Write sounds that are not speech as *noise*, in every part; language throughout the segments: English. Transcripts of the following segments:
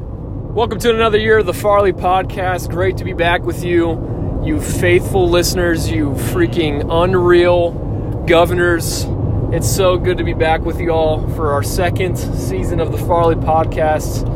Welcome to another year of the Farley Podcast. Great to be back with you, you faithful listeners, you freaking unreal governors. It's so good to be back with you all for our second season of the Farley Podcast.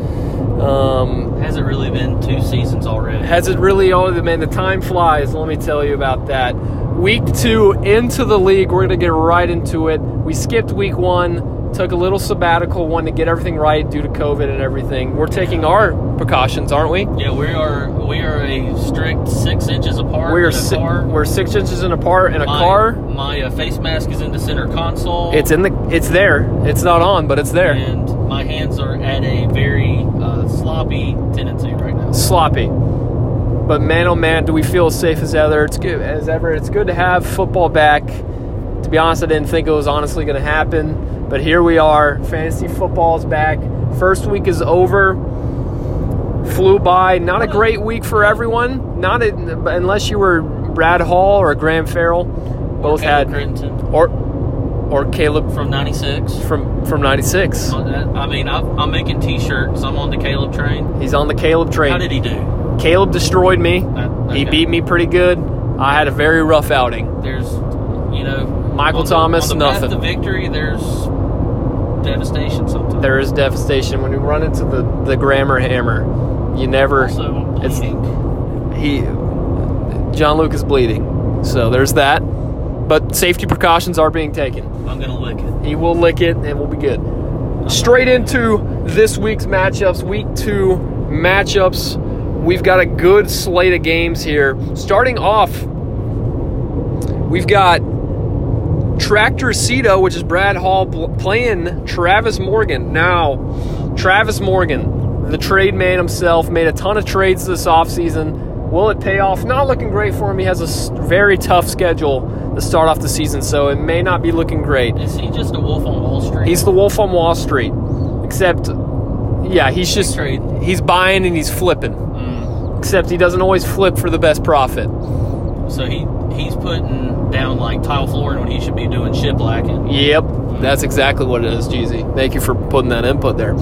Um, Has it really been two seasons already? has it really all man the time flies let me tell you about that week two into the league we're gonna get right into it we skipped week one took a little sabbatical one to get everything right due to covid and everything we're taking our precautions aren't we yeah, we are we are a strict six inches apart. we're, in a si- car. we're six inches in apart in a my, car My uh, face mask is in the center console. it's in the it's there it's not on but it's there And my hands are at a very uh, sloppy tendency right now. sloppy. But man, oh man, do we feel as safe as ever? It's good as ever. It's good to have football back. To be honest, I didn't think it was honestly going to happen, but here we are. Fantasy football's back. First week is over. Flew by. Not a great week for everyone. Not a, unless you were Brad Hall or Graham Farrell. Both had Caleb Crittenton or or Caleb from '96. from from '96. I mean, I've, I'm making T-shirts. I'm on the Caleb train. He's on the Caleb How train. did he do? Caleb destroyed me. Uh, He okay. beat me pretty good. I had a very rough outing. There's, you know, Michael on the- Thomas, On the path nothing. to victory, there's devastation sometimes. There is devastation when you run into the, the grammar hammer. You never also it's- bleeding. he John Luke is bleeding. So there's that. But safety precautions are being taken. I'm gonna lick it. He will lick it and we'll be good. Straight into this week's matchups, week two matchups. We've got a good slate of games here. Starting off, we've got Tractor Cito, which is Brad Hall pl- playing Travis Morgan. Now, Travis Morgan, the trade man himself, made a ton of trades this offseason. Will it pay off? Not looking great for him. He has a s- very tough schedule to start off the season, so it may not be looking great. Is he just a wolf on Wall Street? He's the wolf on Wall Street, except, yeah, he's just Trade. he's buying and he's flipping. Mm. Except he doesn't always flip for the best profit. So he he's putting down like tile flooring when he should be doing shit blacking. Yep, that's exactly what it is, Jeezy. Thank you for putting that input there.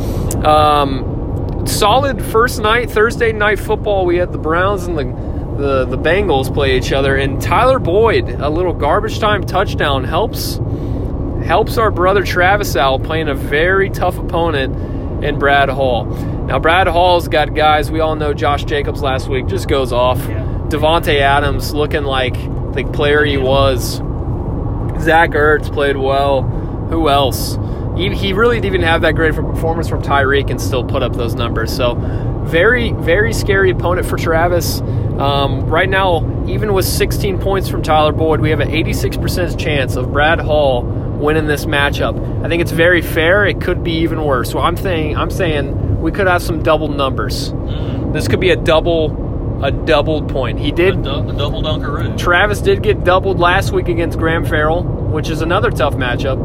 Um, solid first night, Thursday night football. We had the Browns and the, the the Bengals play each other, and Tyler Boyd, a little garbage time touchdown helps helps our brother Travis out playing a very tough opponent in Brad Hall. Now Brad Hall's got guys we all know. Josh Jacobs last week just goes off. Yeah. Devonte Adams looking like the player he was. Zach Ertz played well. Who else? He, he really didn't even have that great of a performance from Tyreek and still put up those numbers. So, very, very scary opponent for Travis. Um, right now, even with 16 points from Tyler Boyd, we have an 86% chance of Brad Hall winning this matchup. I think it's very fair. It could be even worse. So I'm saying, I'm saying we could have some double numbers. Mm. This could be a double, a double point. He A, did du- a double dunkaroo. Travis did get doubled last week against Graham Farrell, which is another tough matchup.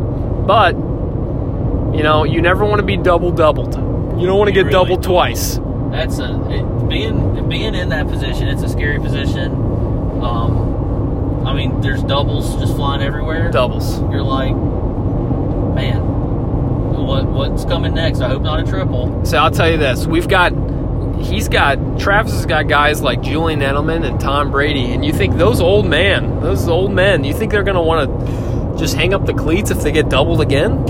But you know, you never want to be double doubled. You don't want to You get really doubled don't. twice. That's a it, being being in that position. It's a scary position. Um, I mean, there's doubles just flying everywhere. Doubles. You're like, man, what what's coming next? I hope not a triple. So I'll tell you this: we've got, he's got, Travis has got guys like Julian Edelman and Tom Brady, and you think those old man, those old men, you think they're gonna want to just hang up the cleats if they get doubled again?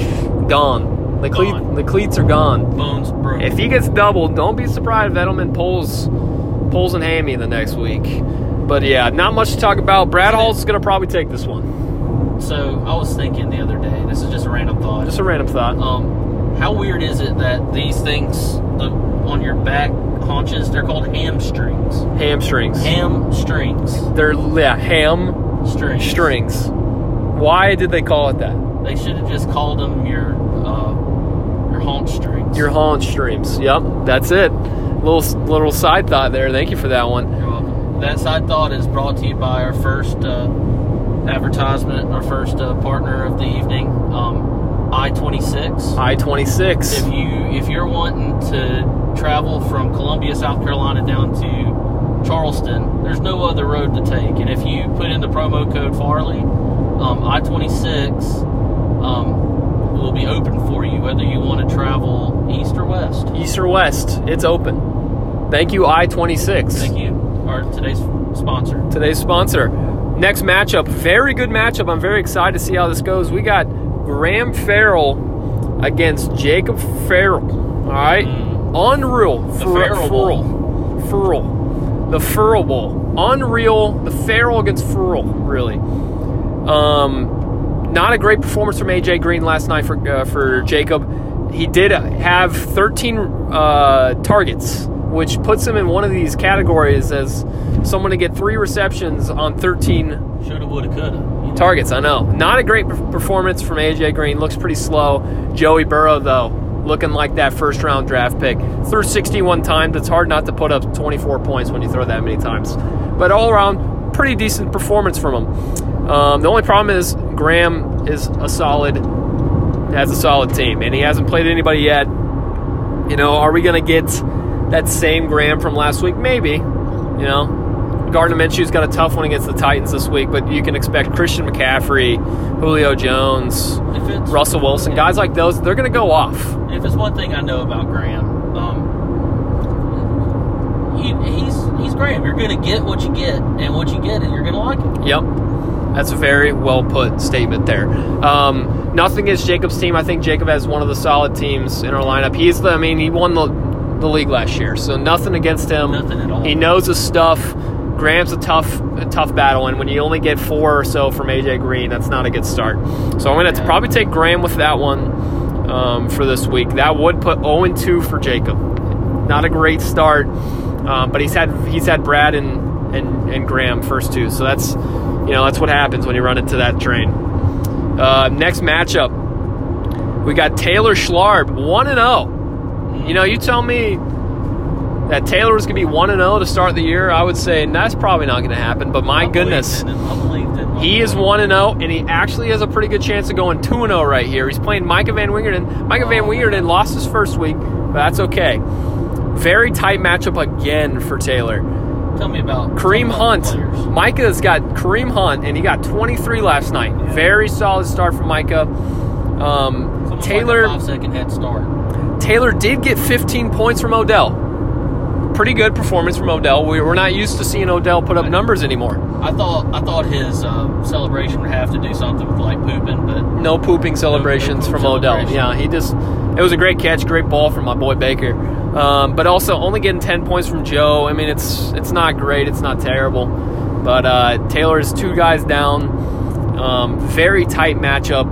Gone. The cleat, Gone. the cleats are gone. Bones broke. If he gets doubled, don't be surprised if Edelman pulls pulls and hammy the next week. But yeah, not much to talk about. Brad Hall's gonna probably take this one. So I was thinking the other day. This is just a random thought. Just a random thought. um, how weird is it that these things the, on your back haunches they're called hamstrings? Hamstrings. Hamstrings. They're yeah, ham Strings. strings. Why did they call it that? They should have just called them your uh, your haunch strings. Your haunch strings. Yep, that's it. Little little side thought there. Thank you for that one. You're welcome. That side thought is brought to you by our first uh, advertisement, our first uh, partner of the evening, um, I twenty six. I twenty six. If you if you're wanting to travel from Columbia, South Carolina down to Charleston, there's no other road to take. And if you put in the promo code Farley, um, I-26 um, will be open for you, whether you want to travel east or west. East or west, it's open. Thank you, I 26. Thank you. Our today's sponsor. Today's sponsor. Next matchup, very good matchup. I'm very excited to see how this goes. We got Graham Farrell against Jacob Farrell. All right, unreal. Mm. The Fer- Farrell Ferrell. Ferrell. The Ferrell Bowl. Unreal. The Farrell against Ferrell. Really. Um, not a great performance from AJ Green last night for uh, for Jacob. He did have 13 uh, targets, which puts him in one of these categories as someone to get three receptions on 13 Shoulda, woulda, coulda. You know, targets. I know. Not a great per- performance from AJ Green. Looks pretty slow. Joey Burrow though, looking like that first round draft pick. Threw 61 times. It's hard not to put up 24 points when you throw that many times. But all around, pretty decent performance from him. Um, the only problem is Graham is a solid, has a solid team, and he hasn't played anybody yet. You know, are we going to get that same Graham from last week? Maybe. You know, Gardner Minshew's got a tough one against the Titans this week, but you can expect Christian McCaffrey, Julio Jones, If it's Russell Wilson, guys like those, they're going to go off. if it's one thing I know about Graham, um, he, he's he's Graham. You're gonna get what you get, and what you get, and you're gonna like it. Yep. That's a very well put statement there. Um, nothing against Jacob's team. I think Jacob has one of the solid teams in our lineup. He's the, I mean, he won the, the league last year, so nothing against him. Nothing at all. He knows his stuff. Graham's a tough, a tough battle, and when you only get four or so from AJ Green, that's not a good start. So I'm gonna have to probably take Graham with that one um, for this week. That would put 0 and 2 for Jacob. Not a great start, um, but he's had he's had Brad and, and and Graham first two, so that's you know that's what happens when you run into that train. Uh, next matchup, we got Taylor Schlarb, one and oh. 0. You know, you tell me that Taylor was going to be 1 and 0 to start the year, I would say and that's probably not going to happen, but my I believed goodness. in him. I believed in him. He is 1 and 0 and he actually has a pretty good chance of going 2 and 0 right here. He's playing Micah Van Wingerden. Micah Van Wingerden lost his first week, but that's okay. Very tight matchup again for Taylor. Tell me about Kareem tell me about Hunt. the players. Micah's got Kareem Hunt, and he got 23 last night. Very solid start from Micah. Um, Someone Taylor like a five second head start. Taylor did get 15 points from Odell. Pretty good performance from Odell. We, we're not used to seeing Odell put up numbers anymore. I thought I thought his um, celebration would have to do something with like pooping, but No pooping celebrations poop from Odell. celebration. Yeah, he just. It was a great catch, great ball from my boy Baker. Um, but also only getting 10 points from Joe. I mean, it's it's not great. It's not terrible. But uh, Taylor is two guys down. Um, very tight matchup.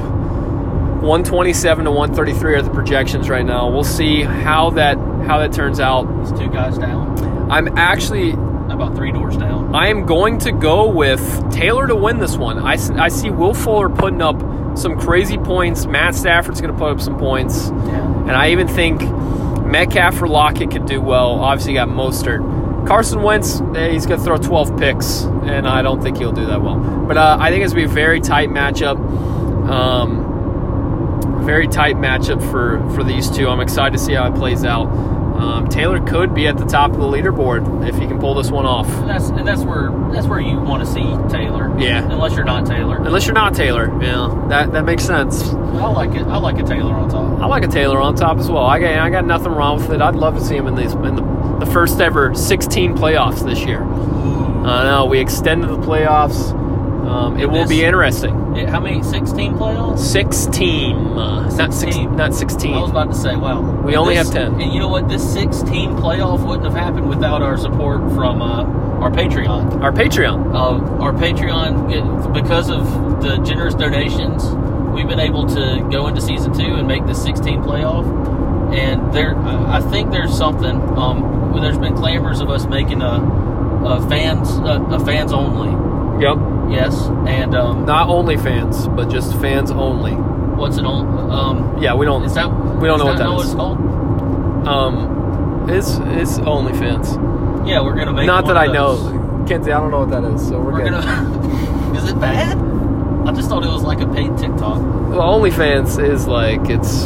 127 to 133 are the projections right now. We'll see how that how that turns out. it's two guys down, I'm actually about three doors down. I am going to go with Taylor to win this one. I, s- I see Will Fuller putting up some crazy points. Matt Stafford's going to put up some points. Yeah. And I even think Metcalf or Lockett could do well. Obviously, you got Mostert. Carson Wentz, eh, he's going to throw 12 picks, and I don't think he'll do that well. But uh, I think it's going to be a very tight matchup. Um, very tight matchup for, for these two. I'm excited to see how it plays out. Um, Taylor could be at the top of the leaderboard if he can pull this one off. And that's and that's where that's where you want to see Taylor. Yeah. Unless you're not Taylor. Unless you're not Taylor. Yeah, that, that makes sense. I like it. I like a Taylor on top. I like a Taylor on top as well. I got, I got nothing wrong with it. I'd love to see him in, these, in the, the first ever 16 playoffs this year. I know, we extended the playoffs. Um, it will be This- interesting. Yeah, how many? Sixteen playoffs. 16. Uh, not, six, 16. not I was 16. about to say, wow. We only This- have 10. And you know what? This 16 playoff wouldn't have happened without our support from uh, our Patreon. Our Patreon. Uh, our Patreon, because of the generous donations, we've been able to go into season two and make the 16 playoff. And there, I I think there's something. Um, where there's been clamors of us making a, a fans, a, a fans only. Yep. Yes, and um, Not only fans, but just fans only. what's it on? Um, Yeah, we don't. is that We don't know what is that what is. it's called? Um, it's, it's only fans. Yeah, we're gonna make. Not one that I of those. know. Kenzie, I don't know what that is, so we're, We're good. gonna. *laughs* is it bad? I just thought it was like a paid TikTok. Well, OnlyFans is like it's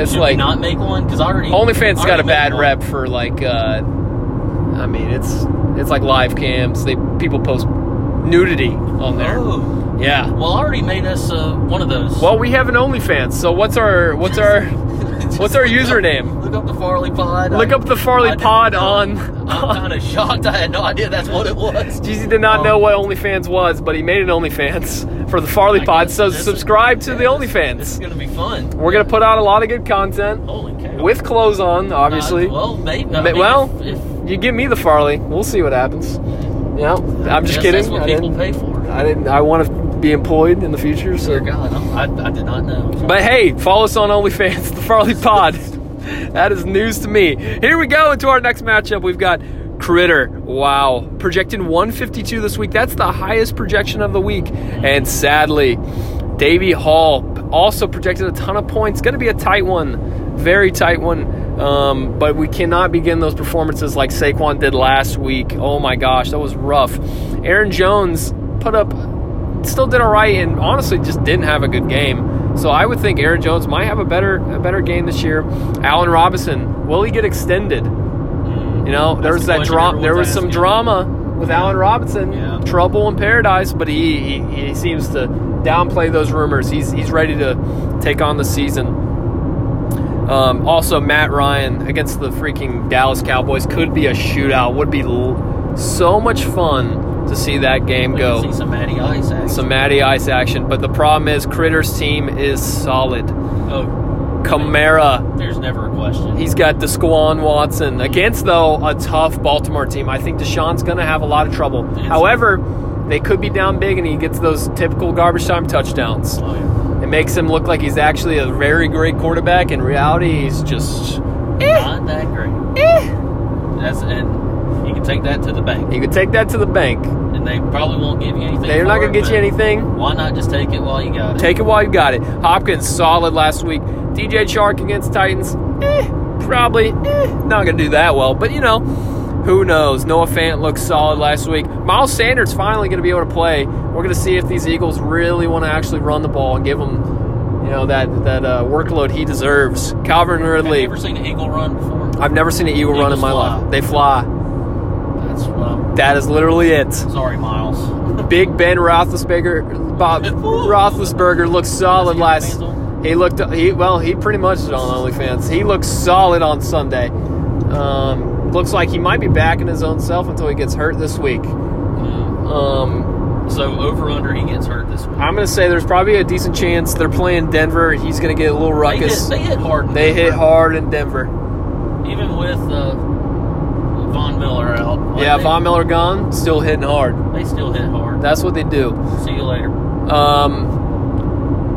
it's Should we like not make one? Because I already OnlyFans I got a already made bad one. rep for like uh, I mean it's it's like live cams. They people post nudity on there. Oh. Yeah. Well, I already made us uh, one of those. Well, we have an OnlyFans, so what's our what's our *laughs* Just what's our look up- username? Look look up the Farley Pod. Look I- up the Farley I did- Pod on- *laughs* I'm kind of shocked. I had no idea that's what it was. Jeezy did not Um, know what OnlyFans was, but he made an OnlyFans for the Farley I Pod. guess So this is- subscribe to yeah, the this- This is OnlyFans. gonna be fun. We're gonna put out a lot of good content Holy cow! with clothes on, Uh, obviously. well, maybe. I Ma- mean, well, if, if, You give me the Farley, we'll see what happens. Yeah, I'm just guess kidding. That's what I people didn't, pay for. I didn't. I want to be employed in the future. So, Dear God, I'm, I, I did not know. but hey, follow us on OnlyFans, *laughs* the Farley Pod. that is news to me. Here we go into our next matchup. We've got Critter. Wow, projecting 152 this week. That's the highest projection of the week. And sadly, Davy Hall also projected a ton of points. Going to be a tight one, very tight one. Um, but we cannot begin those performances like Saquon did last week. Oh my gosh, that was rough. Aaron Jones put up still did all right and honestly just didn't have a good game. So I would think Aaron Jones might have a better a better game this year. Allen Robinson, will he get extended? You know, there That's was the that question drama. There was everyone's some asking. drama with Allen Robinson, Yeah. trouble in paradise, but he, he he seems to downplay those rumors. He's he's ready to take on the season. Um, also, Matt Ryan against the freaking Dallas Cowboys could be a shootout. Would be l- so much fun to see that game We go can See some Matty Ice action. some Matty Ice action, but the problem is Critter's team is solid. Oh, Kamara, there's never a question. he's got Desquan Watson against though a tough Baltimore team. I think Deshaun's going to have a lot of trouble. Yes. However, they could be down big and he gets those typical garbage time touchdowns. Oh, yeah. It makes him look like he's actually a very great quarterback. In reality, he's just Eh. Not that great. That's and you can take that to the bank, you could take that to the bank. and they probably won't give you anything. They're not for going it, to get you but anything. Why not just take it while you got it? Take it while you got it. Hopkins solid last week. DJ Chark against Titans, eh, probably eh, not gonna do that well. But you know, who knows? Noah Fant looked solid last week. Miles Sanders finally gonna be able to play. We're gonna see if these Eagles really want to actually run the ball and give him, you know, that that uh, workload he deserves. Calvin I've Ridley. never seen an eagle run before. I've never seen an eagle run in Eagles my fly. life. They fly. That's what I'm. That is literally it. Sorry, Miles. Big Ben Roethlisberger, Bob, *laughs* Roethlisberger looked solid Does he last. have OnlyFans He looked he well. He pretty much is on OnlyFans. He looks solid on Sunday. Um, looks like he might be backing his own self until he gets hurt this week. Mm. Um, So over under, he gets hurt this week. I'm gonna say there's probably a decent chance they're playing Denver. He's gonna get a little They hit, ruckus. they hit hard. in They hit Denver. hard in Denver. Even with uh, Von Miller out. like, Yeah, they, Von Miller gone, still hitting hard. They still hit hard. That's what they do. See you later, Um,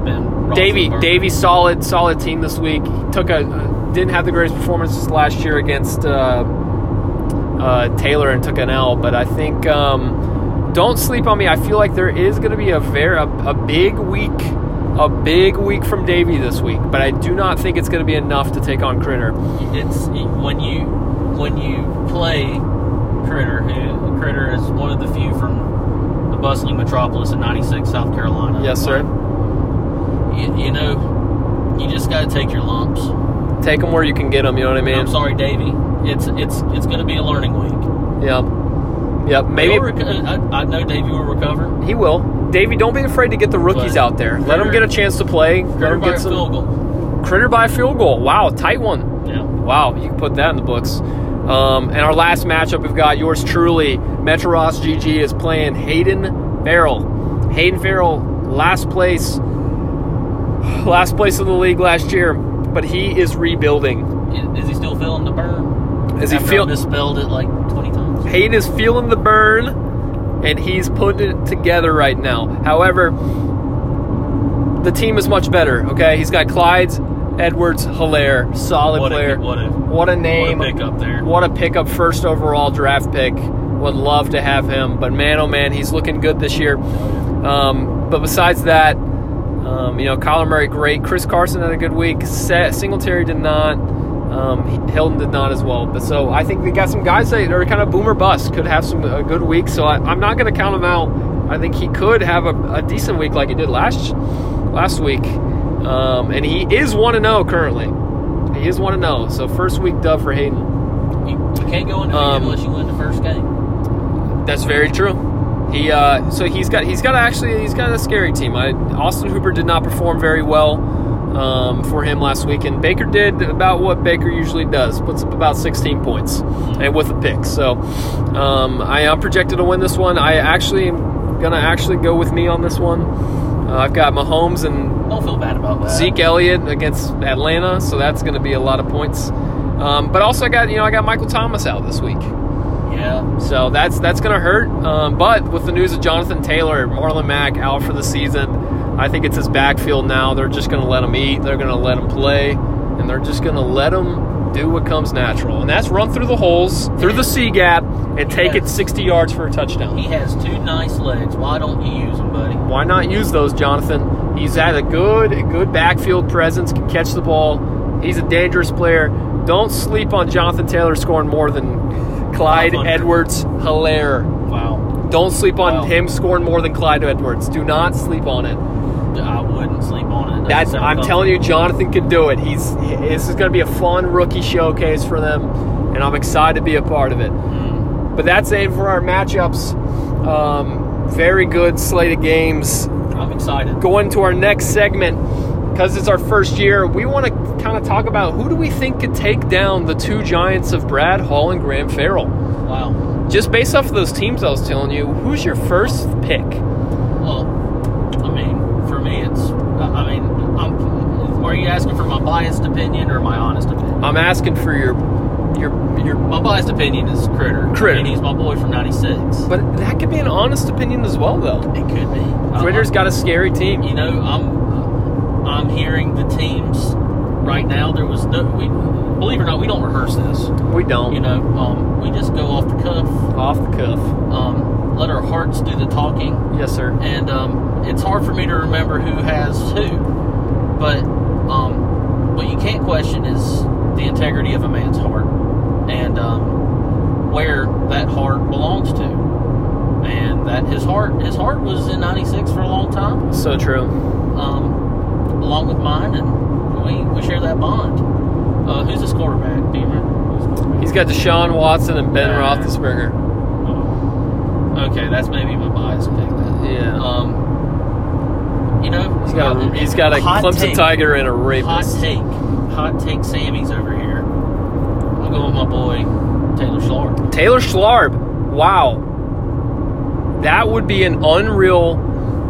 Ben. Davy, Roethlisberger. Davy, solid, solid team this week. Took a uh, didn't have the greatest performances last year against uh, uh, Taylor and took an L, but I think um, don't sleep on me. I feel like there is going to be a very a, a big week, a big week from Davy this week, but I do not think it's going to be enough to take on Critter. it's when you when you play Critter, who Critter is one of the few from the bustling metropolis in '96, South Carolina. Yes, sir. You, you know, you just got to take your lumps. Take them where you can get them. You know what I mean? I'm sorry, Davy. It's it's it's going to be a learning week. Yep. Yep. Maybe He'll reco- I, I know Davy will recover. he will. Davy, don't be afraid to get the rookies But out there. Let them get a chance to play. Let Critter them by a get some field goal. critter by field goal. Wow, tight one. Yeah. Wow, you can put that in the books. Um, and our last matchup, we've got yours truly. Metro Ross GG is playing Hayden Farrell. Hayden Farrell, last place, *sighs* last place of the league last year, but he is rebuilding. Is, is he still feeling the burn? Is he After I feel- misspelled it like 20 times? Hayden is feeling the burn, and he's putting it together right now. However, the team is much better. Okay, he's got Clyde's, Edwards, Hilaire, solid What a- player. what a- what a name! What a pick up there. What a pickup first overall draft pick. Would love to have him, but man, oh man, he's looking good this year. Um, but besides that, um, you know, Kyler Murray, great. Chris Carson had a good week. Set, Singletary did not. Um, Hilton did not as well. But so I think they got some guys that are kind of boomer bust, could have some a good week. So I, I'm not going to count him out. I think he could have a, a decent week like he did last last week. Um, and he is 1 0 currently. He is 1 0. So first week dub for Hayden. You, you can't go into Um, unless you win the first game. That's very true. He uh, so he's got he's got actually he's got a scary team. I, Austin Hooper did not perform very well. um, for him last week, and Baker did about what Baker usually does, puts up about 16 points, and with a pick. So um, I am projected to win this one. I actually am gonna actually go with me on this one. Uh, I've got Mahomes and Don't feel bad about that. Zeke Elliott against Atlanta, so that's going to be a lot of points. Um, but also, I got you know I got Michael Thomas out this week, Yeah. so that's that's going to hurt. Um, but with the news of Jonathan Taylor, Marlon Mack out for the season, I think it's his backfield now. They're just going to let him eat. They're going to let him play, and they're just going to let him do what comes natural, and that's run through the holes, through the C gap, and take it 60 yards for a touchdown. He has two nice legs. Why don't you use them, buddy? Why not use those, Jonathan? He's had a good, a good backfield presence, can catch the ball. He's a dangerous player. Don't sleep on Jonathan Taylor scoring more than Clyde 500. Edwards Hilaire. Wow. Don't sleep on Wow. him scoring more than Clyde Edwards. Do not sleep on it. I wouldn't sleep on That's it. Doesn't sound I'm comfortable. telling you, Jonathan can do it. He's this is going to be a fun rookie showcase for them, and I'm excited to be a part of it. Mm. But that's it for our matchups. Um, very good slate of games. I'm excited. going to our next segment because it's our first year we want to kind of talk about who do we think could take down the two giants of brad hall and graham farrell Wow. just based off of those teams i was telling you who's your first pick Well, I mean, for me, it's. I I mean, I'm. Are you asking for my biased opinion or my honest opinion? i'm asking for your your your My biased opinion is Critter. Critter. And he's my boy from '96. but that could be an honest opinion as well though It could be. critter's got a scary team You know, I'm. I'm hearing the teams right now. There was no. We believe it or not, we don't rehearse this. we don't You know, um, we just go off the cuff. off the cuff Um, let our hearts do the talking. yes sir and um, it's hard for me to remember who has who. But um, what you can't question is the integrity of a man's heart and um, where that heart belongs to, and that his heart his heart was in '96 for a long time, so true um, along with mine, and we, we share that bond. Uh, who's this quarterback? Do you remember? Who's this quarterback? he's got deshaun watson and ben Yeah. roethlisberger Oh. Okay, that's maybe my bias pick. Then. yeah Um, you know, um, he's got a, he's got a hot clemson take. tiger and a Hot rapist take, hot take. Sammy's over here. I'm going with my boy Taylor Schlar. Taylor Schlarb. Wow. That would be an unreal.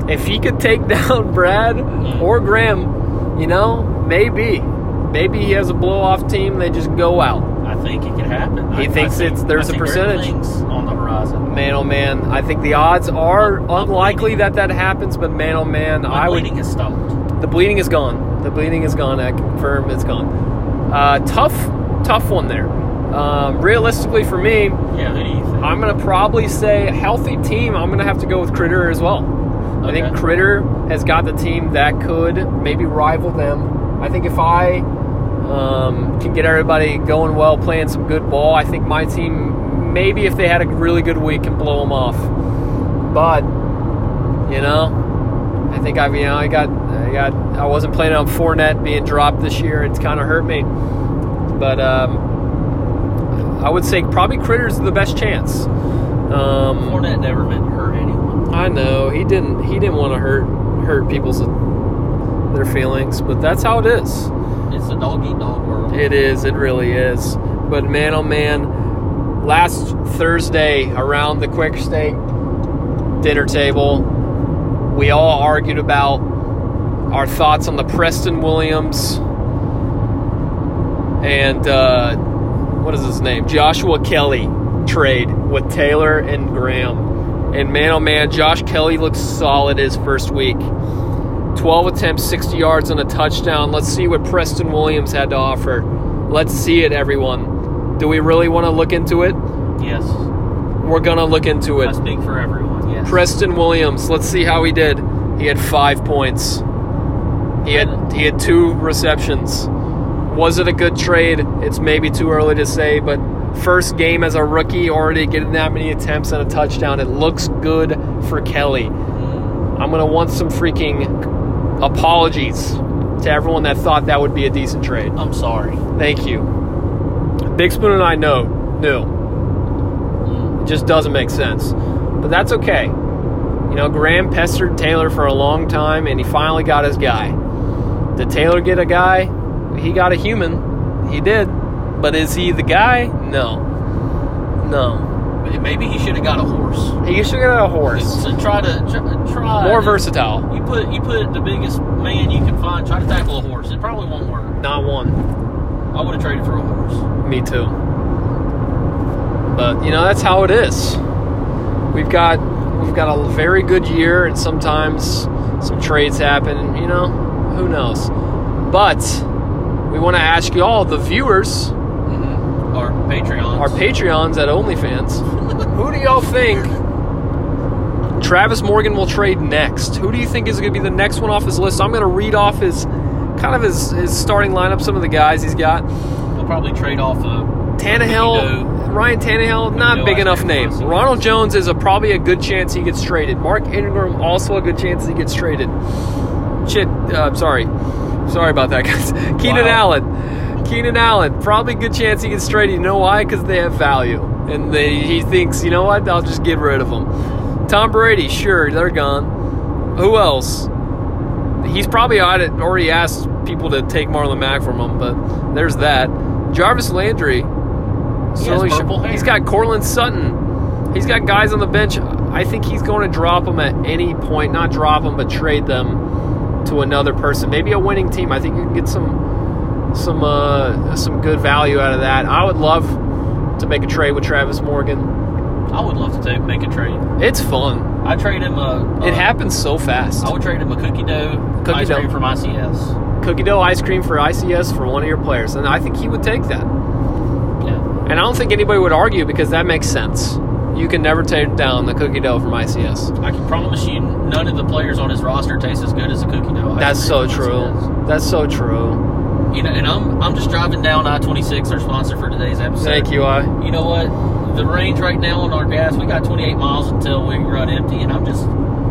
If he could take *laughs* down Brad or Graham, you know, maybe. Maybe he has a blow off team, they just go out. I think it could happen. He I, thinks I think, it's- there's a I think great percentage. things on the horizon. Man, oh man, I think the odds are I'm- I'm unlikely bleeding. that that happens, but man, oh man, My I would. bleeding is stopped. The bleeding is gone. The bleeding is gone. I confirm it's gone. Uh, tough, tough one there. Um, realistically, for me, Yeah, who do you think? I'm gonna probably say a healthy team. I'm gonna have to go with Critter as well. I think Okay. Critter has got the team that could maybe rival them. I think if I um, can get everybody going well, playing some good ball, I think my team maybe if they had a really good week can blow them off. But you know, I think I've you know I got I got I wasn't planning on Fournette being dropped this year. It's kind of hurt me, but um, I would say probably Critter's the best chance. Um, Fournette never meant to hurt anyone. I know he didn't. He didn't want to hurt hurt people's their feelings, but that's how it is. It's a dog eat dog world. It is. It really is. But man, oh man, last Thursday around the quick steak dinner table, we all argued about our thoughts on the Preston Williams and uh, what is his name, Joshua Kelly trade with Taylor and Graham. And man, oh man, Josh Kelly looks solid his first week. 12 attempts, 60 yards, and a touchdown. Let's see what Preston Williams had to offer. Let's see it, everyone. Do we really want to look into it? Yes, We're going to look into I it. speak for everyone. Yes. Preston Williams, let's see how he did. He had five points. He had he had two receptions. Was it a good trade? It's maybe too early to say, but first game as a rookie, already getting that many attempts and a touchdown. It looks good for Kelly. Mm, I'm gonna want some freaking apologies to everyone that thought that would be a decent trade. I'm sorry. Thank you. Big Spoon and I know, knew. Mm, It just doesn't make sense. But that's okay. You know, Graham pestered Taylor for a long time and he finally got his guy. Did Taylor get a guy? He got a human. He did. But is he the guy? No. No. But Maybe he should have got a horse. He should get a horse. So try to try. try More versatile. You put you put the biggest man you can find. Try to tackle a horse. It probably won't work. Not one. I would have traded for a horse. Me too. But you know that's how it is. We've got we've got a very good year, and sometimes some trades happen. And, you know, who knows? But we want to ask you all, the viewers, Mm-hmm. Our Patreon. our Patreons at OnlyFans. Who do y'all think Travis Morgan will trade next? Who do you think is going to be the next one off his list? I'm going to read off his kind of his, his starting lineup, some of the guys he's got. We'll probably trade off a Tannehill, Ryan Tannehill, not Benito, big I enough think, name. Russell. Ronald Jones is a, probably a good chance he gets traded. Mark Ingram also a good chance he gets traded. Shit, uh, sorry, sorry about that, *laughs* guys. Keenan Wow. Allen, Keenan Allen, probably good chance he gets traded. You know why? Because they have value, and they, he thinks, you know what? I'll just get rid of them. Tom Brady, sure, they're gone. Who else? he's probably had it- already asked people to take Marlon Mack from him, but there's that. Jarvis Landry. certainly should- purple hair. he's got Cortland Sutton. He's got guys on the bench. I think he's going to drop them at any point. Not drop them, but trade them to another person. Maybe a winning team. I think you can get some some uh, some good value out of that. I would love to make a trade with Travis Morgan. I would love to take, make a trade. It's fun. I trade him a. It a- happens so fast. Uh, I would trade him a cookie dough Cookie ice dough. cream from ICS. Cookie dough ice cream for ICS for one of your players, and I think he would take that. Yeah. And I don't think anybody would argue because that makes sense. You can never take down the cookie dough from ICS. I can promise you, none of the players on his roster taste as good as a cookie dough. ice That's cream so from ICS. true. That's so true. You know, and I'm I'm just driving down I-26, our sponsor for today's episode. Thank you, I. You know what? The range right now on our gas, we got 28 miles until we run empty, and I'm just,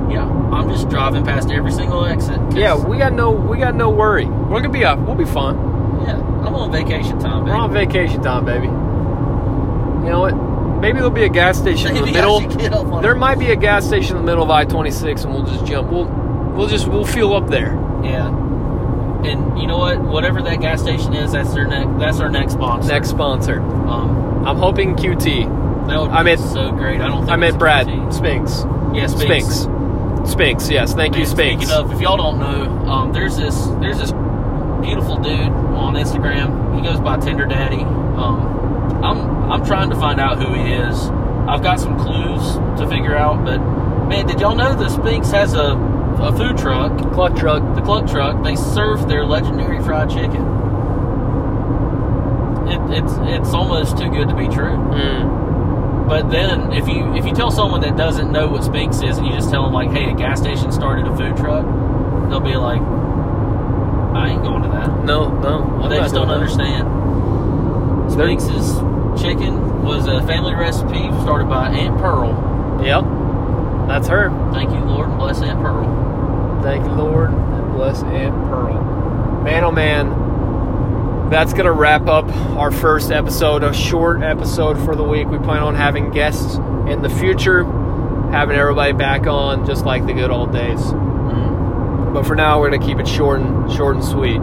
yeah, I'm just driving past every single exit. 'cause, Yeah, we got no, we got no worry. We're gonna be up. We'll be fine. yeah, I'm on vacation time, We're on *laughs* baby. vacation time, baby. You know what? Maybe there'll be a gas station *laughs* in the Maybe I middle. should get up on There it. might be a gas station in the middle of I-26, and we'll just jump. We'll, we'll just, we'll fuel up there. Yeah. And you know what? Whatever that gas station is, that's their next. That's our next sponsor. Next sponsor. Um, I'm hoping QT. that would be I meant- so great. I don't. think I meant it's Brad easy. Spinks. Yeah, Spinks. Spinks. Spinks. Yes, thank you, Man, Spinks. Speaking of, if y'all don't know, um, there's this there's this beautiful dude on Instagram. He goes by Tinder Daddy. Um, I'm I'm trying to find out who he is. I've got some clues to figure out, but man, did y'all know that Spinks has a, a food truck, Cluck truck. the Cluck Truck? They serve their legendary fried chicken. It, it's it's almost too good to be true. Mm. But then, if you if you tell someone that doesn't know what Spinks is, and you just tell them like, "Hey, a gas station started a food truck," they'll be like, "I ain't going to that." No, no. I'm they not just don't doing that. understand. They're- Spinks's chicken was a family recipe started by Aunt Pearl. Yep. That's her. Thank you, Lord, and bless Aunt Pearl. Thank you, Lord. and Bless Aunt Pearl. Man, oh man. That's going to wrap up our first episode, a short episode for the week. We plan on having guests in the future, having everybody back on just like the good old days. Mm. But for now, we're going to keep it short and short and sweet.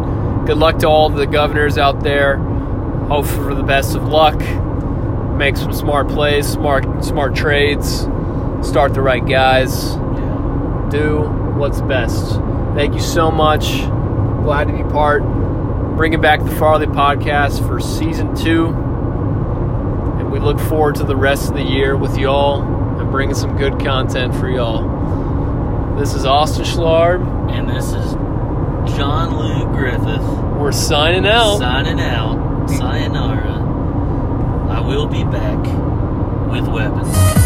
Good luck to all the governors out there. Hope for the best of luck. Make some smart plays, smart smart trades. Start the right guys. Yeah. Do what's best. Thank you so much. Glad to be part. Bringing back the Farley podcast for season two, and we look forward to the rest of the year with y'all and bringing some good content for y'all. This is Austin Schlarb. And this is John Lou Griffith We're signing out. signing out. Sayonara. I will be back with weapons.